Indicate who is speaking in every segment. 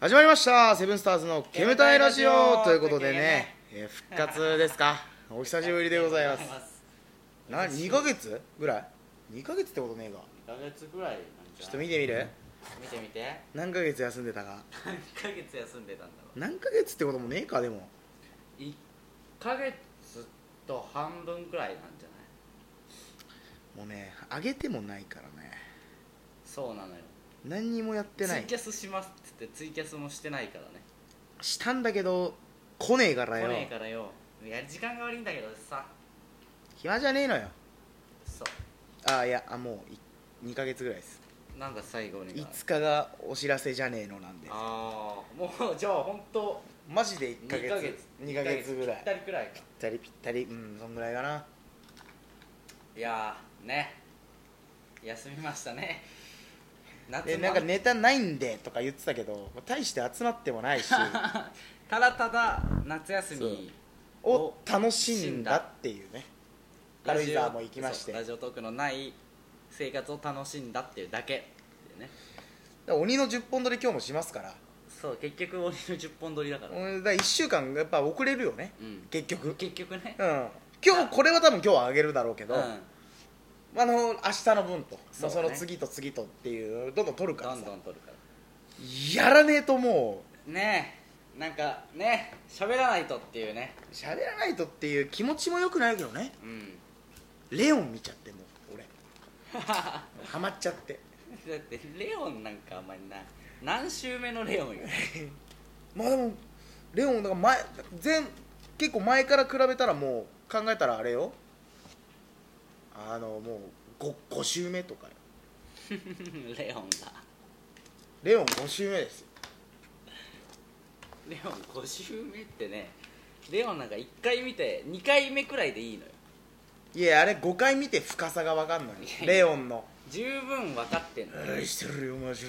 Speaker 1: 始まりましたセブンスターズの煙たいラジ
Speaker 2: 煙たい
Speaker 1: オ
Speaker 2: ラジオ
Speaker 1: ということでね、えー復活ですかお久しぶりでございますな2ヶ月ぐらい2ヶ月ってことねえか
Speaker 2: 2ヶ月ぐらいなんじ
Speaker 1: ちょっ
Speaker 2: ゃな
Speaker 1: と
Speaker 2: い
Speaker 1: 見てみる
Speaker 2: 見てみて
Speaker 1: 何ヶ月休んでたか
Speaker 2: 何ヶ月休んでたんだろ
Speaker 1: 何ヶ月ってこともねえかでも
Speaker 2: う1ヶ月と半分くらいなんじゃない
Speaker 1: もうねあげてもないからね
Speaker 2: そうなのよ
Speaker 1: 何にもやってな
Speaker 2: ツイ
Speaker 1: い
Speaker 2: キャスしますって言ってツイキャスもしてないからね
Speaker 1: したんだけど来ねえからよ
Speaker 2: 来ねえからよいや時間が悪いんだけどさ
Speaker 1: 暇じゃねえのよ
Speaker 2: そ
Speaker 1: あいやあもう2ヶ月ぐらいです
Speaker 2: うなんか最後に
Speaker 1: 5日がお知らせじゃねえのなんで
Speaker 2: ああもうじゃあ本当
Speaker 1: マジで1
Speaker 2: 2
Speaker 1: ヶ月
Speaker 2: ヶ月
Speaker 1: 2ヶ月ぐら
Speaker 2: ぴっ
Speaker 1: い
Speaker 2: たりくらいか
Speaker 1: ぴったりぴったりうんそんぐらいかない
Speaker 2: やーね休みましたね夏
Speaker 1: で
Speaker 2: も
Speaker 1: なんかネタないんでとか言ってたけどまあ大して集まっても ないし
Speaker 2: ただただ夏休み
Speaker 1: を楽しんだっていうね軽井沢も行きまして
Speaker 2: ラジオトークのない生活を楽しんだっていうだけっていうね
Speaker 1: 鬼の10本撮り今日もしますから
Speaker 2: そう結局俺の10本撮りだから、
Speaker 1: うんだから1週間やっぱ遅れるよね
Speaker 2: うん
Speaker 1: 結局うん
Speaker 2: 結局ね
Speaker 1: 今日これは多分今日はあげるだろうけ
Speaker 2: う
Speaker 1: ど、
Speaker 2: ん
Speaker 1: あの明日の分とそ,、
Speaker 2: そうね
Speaker 1: の次と次とっていうどんどん取るか
Speaker 2: ど
Speaker 1: ら
Speaker 2: ん
Speaker 1: さ
Speaker 2: どん撮るか
Speaker 1: やらねえともう
Speaker 2: らねえなんかね喋らないとっていうね
Speaker 1: 喋らないとっていう気持ちもよくないけどね
Speaker 2: うん
Speaker 1: レオン見ちゃってもう 俺
Speaker 2: だ
Speaker 1: ハマっちゃって
Speaker 2: ってレオンなんかあんまりな何週目のレ オンよ
Speaker 1: まあでもレオンだから前前結構前から比べたらもう考えたらあれよあのもう 5, 5週目とかよ
Speaker 2: レオンが
Speaker 1: レオン5週目ですよ
Speaker 2: レオン5週目ってねレオンなんか1回見て2回目くらいでいいのよ
Speaker 1: いやあれ5回見て深さが分かんのよレオンの
Speaker 2: 十分分かってんのよ
Speaker 1: 愛してるよマジ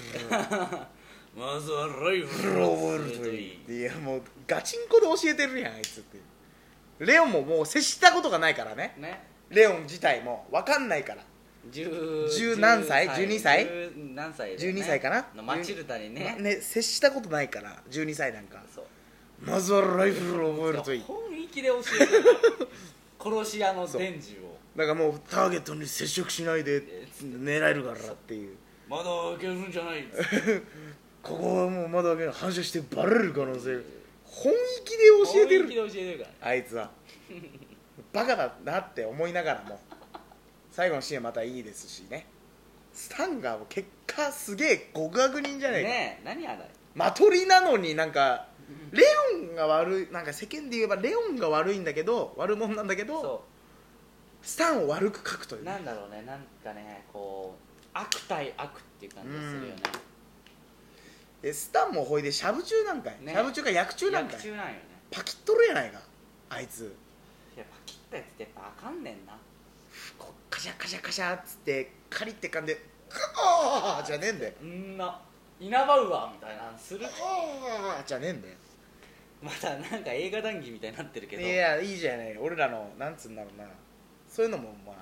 Speaker 1: で
Speaker 2: まずはライ
Speaker 1: プロボルトリーいやもうガチンコで教えてるやんあいつってレオンももう接したことがないからね
Speaker 2: ね
Speaker 1: レオン自体も分かんないから
Speaker 2: 十
Speaker 1: 十何歳12歳
Speaker 2: 十何歳だよね
Speaker 1: 12歳かな
Speaker 2: のマチルダにね,、
Speaker 1: まね接したことないから12歳なんか
Speaker 2: そう
Speaker 1: まずはライフルを覚えるといい
Speaker 2: 本気で教えてる殺し屋の伝授を
Speaker 1: だからもうターゲットに接触しないで狙えるからっていう
Speaker 2: まだ開けるんじゃない
Speaker 1: ここはもうまだ反射してバレる可能性本気で教えてる
Speaker 2: 本気で教えてるから
Speaker 1: あいつはバカだなって思いながらも最後のシーンはまたいいですしねスタンガーも結果すげえ極悪人じゃないか、
Speaker 2: ねえ何あれ
Speaker 1: マトリなのになんかレオンが悪いなんか世間で言えばレオンが悪いんだけど悪者なんだけど
Speaker 2: そ
Speaker 1: スタンを悪く書くといううね
Speaker 2: なんだろうねなんかねこう悪対悪っていう感じがするよね
Speaker 1: でスタンもほいでしゃぶ中なんかい、
Speaker 2: ね
Speaker 1: しゃぶ中か薬中なんかい
Speaker 2: 中なんよね
Speaker 1: パキっとるやないかあいつ
Speaker 2: やっぱ切ったやつってやっぱあかんねんな
Speaker 1: こうカシャカシャカシャっつってカリって噛んで「ああ!」じゃねえんだよ
Speaker 2: んな稲葉ウアみたいなのす
Speaker 1: 「
Speaker 2: る
Speaker 1: ああ!」じゃねえんだよ
Speaker 2: またなんか映画談義みたいになってるけど
Speaker 1: いやいいじゃない俺らのなんつうんだろうなそういうのもま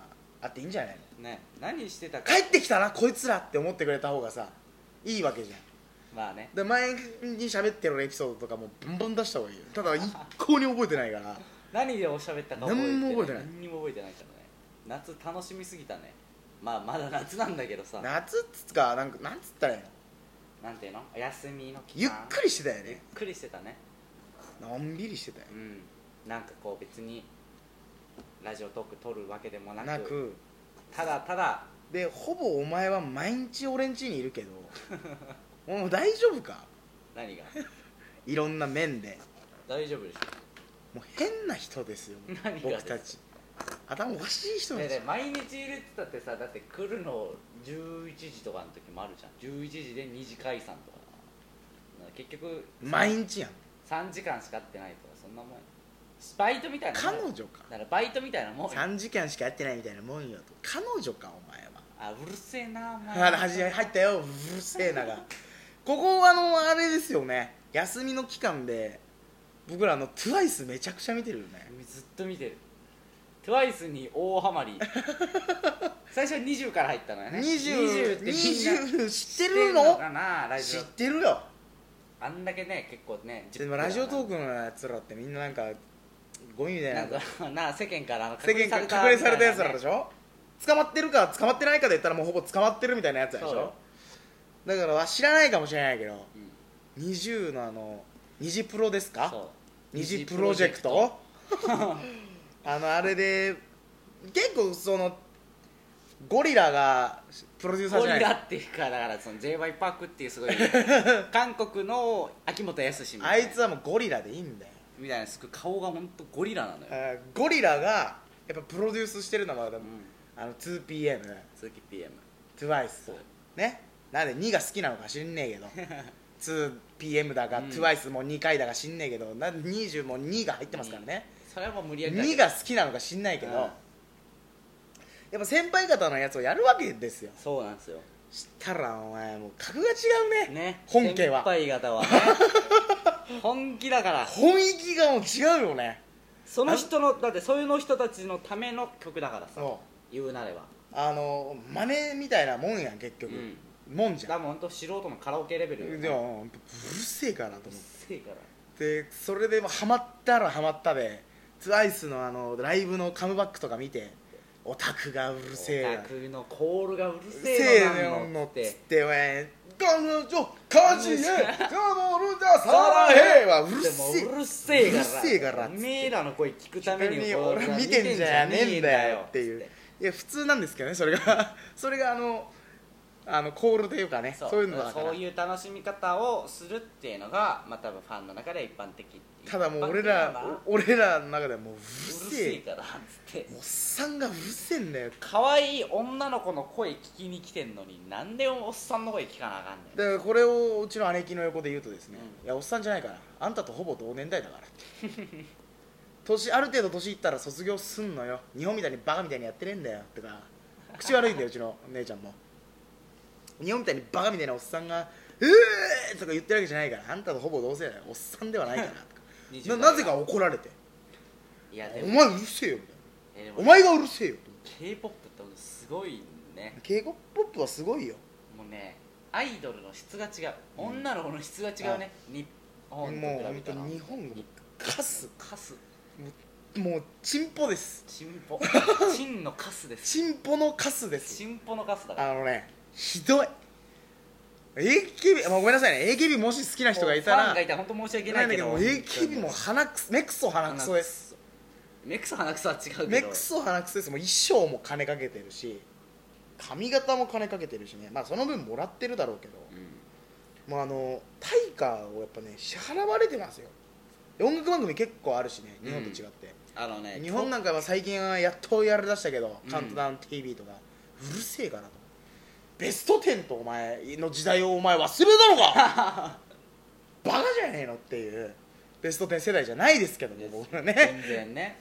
Speaker 1: ああっていいんじゃないの
Speaker 2: ね何してたか
Speaker 1: 帰ってきたなこいつらって思ってくれた方がさいいわけじゃん
Speaker 2: まあね
Speaker 1: で前に喋ってるエピソードとかもバンバン出した方がいいよただ一向に覚えてない から
Speaker 2: 何でおしゃべったか覚えて
Speaker 1: 何も覚えてない
Speaker 2: 何にも覚えてないからね夏楽しみすぎたねまあまだ夏なんだけどさ
Speaker 1: 夏っつうかなんかなんつったらいいの
Speaker 2: なんていうの休みの期
Speaker 1: ゆっ
Speaker 2: 間
Speaker 1: くりしてたよ
Speaker 2: ゆっ
Speaker 1: ね
Speaker 2: くりしてたね
Speaker 1: のんびりしてたよ
Speaker 2: うんなんかこう別にラジオトーク撮るわけでもなく
Speaker 1: なく
Speaker 2: ただただ
Speaker 1: でほぼお前は毎日俺ん家にいるけど もう大丈夫か
Speaker 2: 何が
Speaker 1: いろんな面で
Speaker 2: 大丈夫でしょ
Speaker 1: もう変な人ですよ
Speaker 2: 何が
Speaker 1: 僕たち頭おかしい人た
Speaker 2: ねえ
Speaker 1: ち
Speaker 2: ねえ毎日入れてたってさだって来るの11時とかの時もあるじゃん11時で2次解散とかだから結局
Speaker 1: 毎日やん
Speaker 2: 3時間しか会ってないとかそんなもんやバイトみたいなもん
Speaker 1: 彼女か
Speaker 2: だからバイトみたいなもんよ
Speaker 1: 3時間しかやってないみたいなもんよと彼女かお前は
Speaker 2: あうるせえなお前
Speaker 1: あら始め入ったようるせえながここあのあれですよね休みの期間で僕らあの TWICE めちゃくちゃ見てるよね
Speaker 2: ずっと見てる TWICE に大ハ マり最初は20から入ったのよね
Speaker 1: 20
Speaker 2: 20ってみんな
Speaker 1: 20知って
Speaker 2: 知
Speaker 1: る
Speaker 2: の
Speaker 1: の
Speaker 2: かなラジ
Speaker 1: 知
Speaker 2: オ
Speaker 1: ってるよ
Speaker 2: あんだけね結構ね
Speaker 1: でもラジオトー
Speaker 2: ク
Speaker 1: クのやつらってみんななんかゴミみたいな
Speaker 2: なんかな世間からあの
Speaker 1: 世間から隔離されたやつらでしょ捕まってるか捕まってないかで言ったらもうほぼ捕まってるみたいなやつらでし
Speaker 2: そうよ
Speaker 1: ょだから知らないかもしれないけど
Speaker 2: うん
Speaker 1: 20のあの虹プロですか
Speaker 2: そう
Speaker 1: 虹プロジェクト あのあれで結構そのゴリラがプロデューサー
Speaker 2: ゴ
Speaker 1: じゃないで
Speaker 2: リ
Speaker 1: す
Speaker 2: ラ
Speaker 1: か
Speaker 2: っていうかだからその j y パークってい うすごい韓国の秋元康みた
Speaker 1: あ
Speaker 2: いない
Speaker 1: つはもうゴリラでいいんだよ
Speaker 2: みたいなすごい顔が本当ゴリラなのよ、
Speaker 1: あーゴリラがやっぱプロデュースしてるのは
Speaker 2: うん
Speaker 1: 2PM
Speaker 2: 鈴木 PM
Speaker 1: トゥワイス
Speaker 2: そう
Speaker 1: ねなんで2が好きなのか知んねえ けど 2PM だが、
Speaker 2: うん
Speaker 1: TWICE も2回だが知んねえけどなんで20も2が入ってますからね、
Speaker 2: それはもう無理やりだけど
Speaker 1: 2が好きなのか知んないけど、
Speaker 2: うん
Speaker 1: やっぱ先輩方のやつをやるわけですよ
Speaker 2: そうなんですよ
Speaker 1: したらお前もう格が違うね
Speaker 2: ね
Speaker 1: 本家は
Speaker 2: 先輩 方はね本気だから
Speaker 1: 本域がもう違うよね
Speaker 2: その人のだってそういうの人たちのための曲だからさ
Speaker 1: そう
Speaker 2: 言うなれば
Speaker 1: あの真似みたいなもんやん結局、
Speaker 2: うん
Speaker 1: もんじ
Speaker 2: だ
Speaker 1: ゃ
Speaker 2: からもう本当素人のカラオケレベルよ
Speaker 1: んでもうるせえかなと
Speaker 2: うっ
Speaker 1: 思っ
Speaker 2: せえから
Speaker 1: てでそれでもうハマったらハマったで TWICE のあのライブのカムバックとか見てオタクがうるせえな
Speaker 2: オタクのコールがうる
Speaker 1: うる
Speaker 2: せ
Speaker 1: せえ
Speaker 2: えの
Speaker 1: よ
Speaker 2: なんの
Speaker 1: のっ
Speaker 2: っ
Speaker 1: つっててお前彼女家事へ頼るんださらへはうる
Speaker 2: でも
Speaker 1: せえ
Speaker 2: うるせえから
Speaker 1: うるせえからっつ
Speaker 2: お
Speaker 1: って
Speaker 2: めえらの声聞くために
Speaker 1: に俺
Speaker 2: こう
Speaker 1: 見てんじゃねえんだよっていう
Speaker 2: つ
Speaker 1: いや普通なんですけどねそれが それがあのあのコールというかねそういうのだから
Speaker 2: そういう楽しみ方をするっていうのがまあ多分ファンの中で一般的
Speaker 1: ただもう俺
Speaker 2: 一般的な
Speaker 1: ら
Speaker 2: のか
Speaker 1: お俺らの中ではもううる
Speaker 2: なうる
Speaker 1: せ
Speaker 2: せえ
Speaker 1: え
Speaker 2: からっつって
Speaker 1: おっさんがうるせえんだよ
Speaker 2: 可愛い女の子の声聞きに来てんのになんでおっさんの声聞かなあかんねん
Speaker 1: だからこれをうちの姉貴の横で言うとですね、
Speaker 2: う
Speaker 1: いやおっさんじゃないからあんたとほぼ同年代だから 年ある程度年いったら卒業すんのよ日本みたいにバカみたいにやってねえんだよとか口悪いんだようちの姉ちゃんも日本みたいにバカみたいなおっさんが「うえー!」とか言ってるわけじゃないからあんたとほぼ同世代だよおっさんではないからとか
Speaker 2: 20
Speaker 1: な
Speaker 2: 代
Speaker 1: なぜか怒られて
Speaker 2: い
Speaker 1: 「
Speaker 2: やで
Speaker 1: お
Speaker 2: も
Speaker 1: 前うるせえよ」みたいな
Speaker 2: えで
Speaker 1: お
Speaker 2: も
Speaker 1: 前がうるせえよ」
Speaker 2: k p o p ってすごいね
Speaker 1: k p o p はすごいよ
Speaker 2: もうねアイドルの質が違う
Speaker 1: うん
Speaker 2: 女の子の質が違うね、日
Speaker 1: もう
Speaker 2: 本と比べ
Speaker 1: 本
Speaker 2: た
Speaker 1: 当
Speaker 2: ら
Speaker 1: に日本がカス
Speaker 2: カス
Speaker 1: もうチンポです
Speaker 2: チン ポチンのカスです
Speaker 1: チンポのカスです
Speaker 2: チンポのカスだから
Speaker 1: あのねひどい AKB まあごめんなさいね AKB もし好きな人がいた
Speaker 2: もうファ
Speaker 1: ら
Speaker 2: ンがいたら本当申し訳
Speaker 1: な
Speaker 2: なん
Speaker 1: だ
Speaker 2: いけ
Speaker 1: けど
Speaker 2: ど
Speaker 1: も AKB も鼻くそ目くそ鼻くそです
Speaker 2: メクソ鼻くそは違うけど
Speaker 1: 目くそ鼻くそですもう衣装も金かけてるし髪型も金かけてるしねまあその分もらってるだろうけど
Speaker 2: うん
Speaker 1: もうあの対価をやっぱね支払われてますよ音楽番組結構あるしね日本と違って、
Speaker 2: あのね
Speaker 1: 日本なんかは最近はやっとやりだしたけど「
Speaker 2: うん
Speaker 1: カウントダウン t v とかうるせえかなとベスト10とお前の時代をお前忘れたのかバカじゃねえのっていうベスト10世代じゃないですけども僕はね
Speaker 2: 全然ね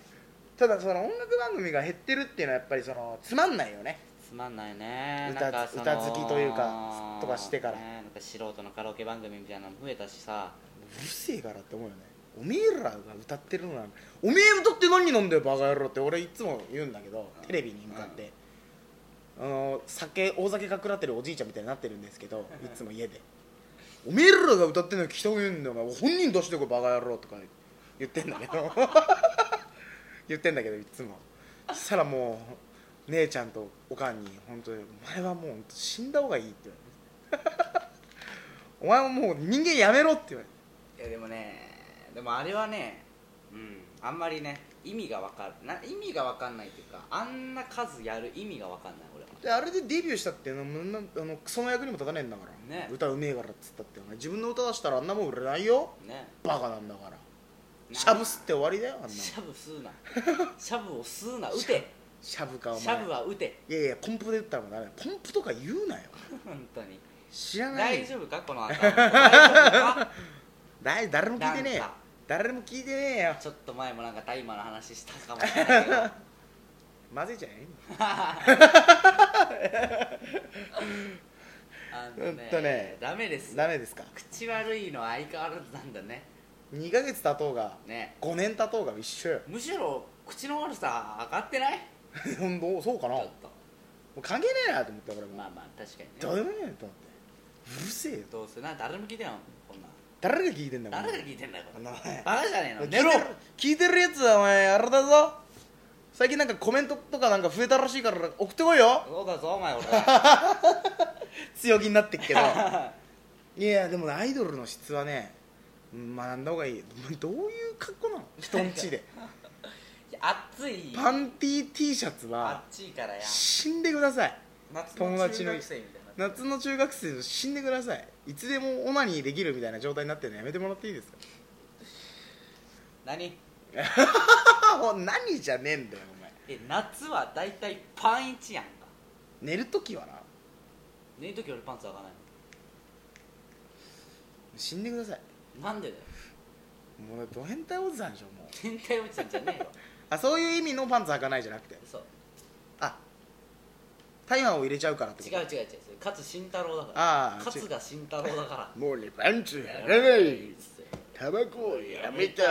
Speaker 1: ただその音楽番組が減ってるっていうのはやっぱりそのつまんないよね
Speaker 2: つまんないね
Speaker 1: 歌
Speaker 2: なんかその
Speaker 1: 歌好きというかとかしてから
Speaker 2: ねなんか素人のカラオケ番組みたいなのも増えたしさ
Speaker 1: うるせえからって思うよねおめえらが歌ってるのなんおめえ歌って何飲んだよバカ野郎って俺いつも言うんだけどテレビに向かって、あの酒大酒かくらってるおじいちゃんみたいになってるんですけどいつも家でおめえらが歌ってんの聞きたくねえんだよお前本人出してこいバカ野郎とか言ってんだけど 言ってんだけどいつもそしたらもう姉ちゃんとおかんに本当にお前はもう本当死んだ方がいいって言われて お前はもう人間やめろって言われて
Speaker 2: いやでもねでもあれはねうんあんまりね意味がわかるな意味がわかんないっていうかあんな数やる意味がわかんない俺は
Speaker 1: であれでデビューしたっていうのはもうなあのクソの役にも立たねえんだから、
Speaker 2: ね
Speaker 1: 歌うめえからっつったってお前自分の歌出したらあんなもん売れないよ
Speaker 2: ね
Speaker 1: バカなんだから
Speaker 2: な
Speaker 1: シャブ吸って終わりだよあんなの
Speaker 2: シ
Speaker 1: シ
Speaker 2: ャブ吸うなシャブを 吸うな打て
Speaker 1: ャブかお前
Speaker 2: シャブは打て
Speaker 1: いやいやコンプで打ったらもうダメだコンプとか言うなよ
Speaker 2: 本当に
Speaker 1: 知らないよ
Speaker 2: 大丈夫かこの アカウント大丈夫か
Speaker 1: だい誰も聞いてねえよ
Speaker 2: なんか
Speaker 1: 誰も聞いてねえよ
Speaker 2: ちょっと前もなんか大麻の話したかもしれないけ ど
Speaker 1: まずいじゃない
Speaker 2: あ
Speaker 1: ほ
Speaker 2: の
Speaker 1: んとね
Speaker 2: ダメです
Speaker 1: ダメですか
Speaker 2: 口悪いのは相変わらずなんだね
Speaker 1: 2ヶ月経とうが
Speaker 2: ね
Speaker 1: 5年経とうが一緒よ
Speaker 2: むしろ口の悪さ上がってない
Speaker 1: ほんとそうか
Speaker 2: ち
Speaker 1: な
Speaker 2: ょ
Speaker 1: も
Speaker 2: っと
Speaker 1: う関係ねえなと思って俺も、
Speaker 2: まあまあ確かに
Speaker 1: どうで
Speaker 2: ね
Speaker 1: もいいなと思ってうるせえよ
Speaker 2: どうせな誰も聞いてないもんこんなん
Speaker 1: 誰が聞いてんだよ
Speaker 2: 誰が
Speaker 1: い
Speaker 2: 聞いてんだよ
Speaker 1: て
Speaker 2: こ
Speaker 1: ん
Speaker 2: れ
Speaker 1: だ
Speaker 2: バカじゃねえの
Speaker 1: 聞い
Speaker 2: 寝
Speaker 1: てる
Speaker 2: ろ
Speaker 1: 聞いてるやつはお前あれだぞ最近なんかコメントとかなんか増えたらしいから送ってこいよ
Speaker 2: そうだぞお前俺
Speaker 1: 強気になってっ けどいやでもねアイドルの質はね学んだ方がいいお前どういう格好なの人んちで
Speaker 2: 暑い
Speaker 1: パンティー T シャツは
Speaker 2: 暑いからや
Speaker 1: 死んでください
Speaker 2: 夏
Speaker 1: 友
Speaker 2: の
Speaker 1: 達
Speaker 2: 中
Speaker 1: の
Speaker 2: 学生みたいな
Speaker 1: 夏の中学生死んでくださいいつでもオナニーできるみたいな状態になってるのやめてもらっていいですか
Speaker 2: 何
Speaker 1: あもう何じゃねえんだよお前
Speaker 2: え夏は大体パンイチやんか
Speaker 1: 寝るときはな
Speaker 2: 寝る時俺パンツ上がらない
Speaker 1: 死んでください
Speaker 2: のなんでだよ
Speaker 1: もうド変態おじさんでしょもう
Speaker 2: 天体落ちたんじゃねえよ
Speaker 1: あそういう意味のパンツ履かないじゃなくて
Speaker 2: そう
Speaker 1: あタイマーを入れちゃうからってこ
Speaker 2: 違
Speaker 1: と
Speaker 2: う違う違うそれ勝慎太郎だから
Speaker 1: ああ
Speaker 2: 勝が慎太郎だか
Speaker 1: もうねパンツ
Speaker 2: ら
Speaker 1: やらない
Speaker 2: つって
Speaker 1: タバコをやめた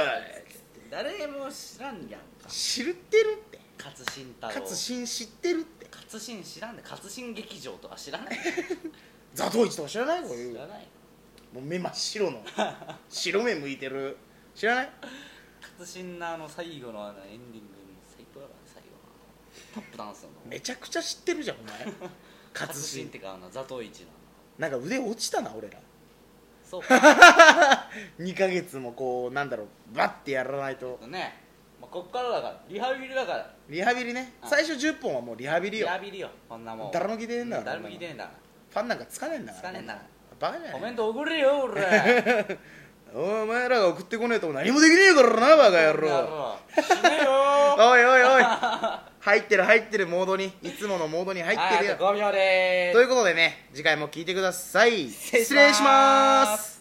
Speaker 2: 誰も知らんやんか
Speaker 1: 知ってるって
Speaker 2: 勝慎太郎
Speaker 1: 勝新知ってるって
Speaker 2: 勝新知らんで勝新劇場とか知らない
Speaker 1: ザトウイチとか知らないこうい
Speaker 2: 知
Speaker 1: う
Speaker 2: らない
Speaker 1: もう目真っ白 の白目向いてる知らない
Speaker 2: 勝新のあの最後のあのエンディングも最高だから最後のタップダンスの
Speaker 1: めちゃくちゃ知ってるじゃんお前 勝
Speaker 2: 勝新
Speaker 1: 新
Speaker 2: ってかあの座頭市の
Speaker 1: なんか腕落ちたな俺ら
Speaker 2: そうか
Speaker 1: 2ヶ月もこうなんだろうバッてやらないと
Speaker 2: ねまあこっからだからリハビリだから
Speaker 1: リハビリね
Speaker 2: あ
Speaker 1: 最初10本はもうリハビリ
Speaker 2: リ
Speaker 1: よ
Speaker 2: ハビリよこんなもん
Speaker 1: 誰も聞いてねえんだから
Speaker 2: 誰も聞いてねえんだか
Speaker 1: ファンなんかつかねえんだ
Speaker 2: ら
Speaker 1: から
Speaker 2: つかねえんだか
Speaker 1: バカじ
Speaker 2: ら
Speaker 1: ゃ
Speaker 2: コメ
Speaker 1: ね
Speaker 2: ント送れよ 俺
Speaker 1: えお前らが送ってこねえと何もできねえからなバカ野郎
Speaker 2: 郎死 ねよ
Speaker 1: おいおいおい入ってる入ってるモードにいつものモードに入ってる
Speaker 2: はいあ
Speaker 1: よ
Speaker 2: と5秒でーす
Speaker 1: ということでね次回も聞いてください
Speaker 2: 失礼し
Speaker 1: 失礼しま
Speaker 2: ます
Speaker 1: す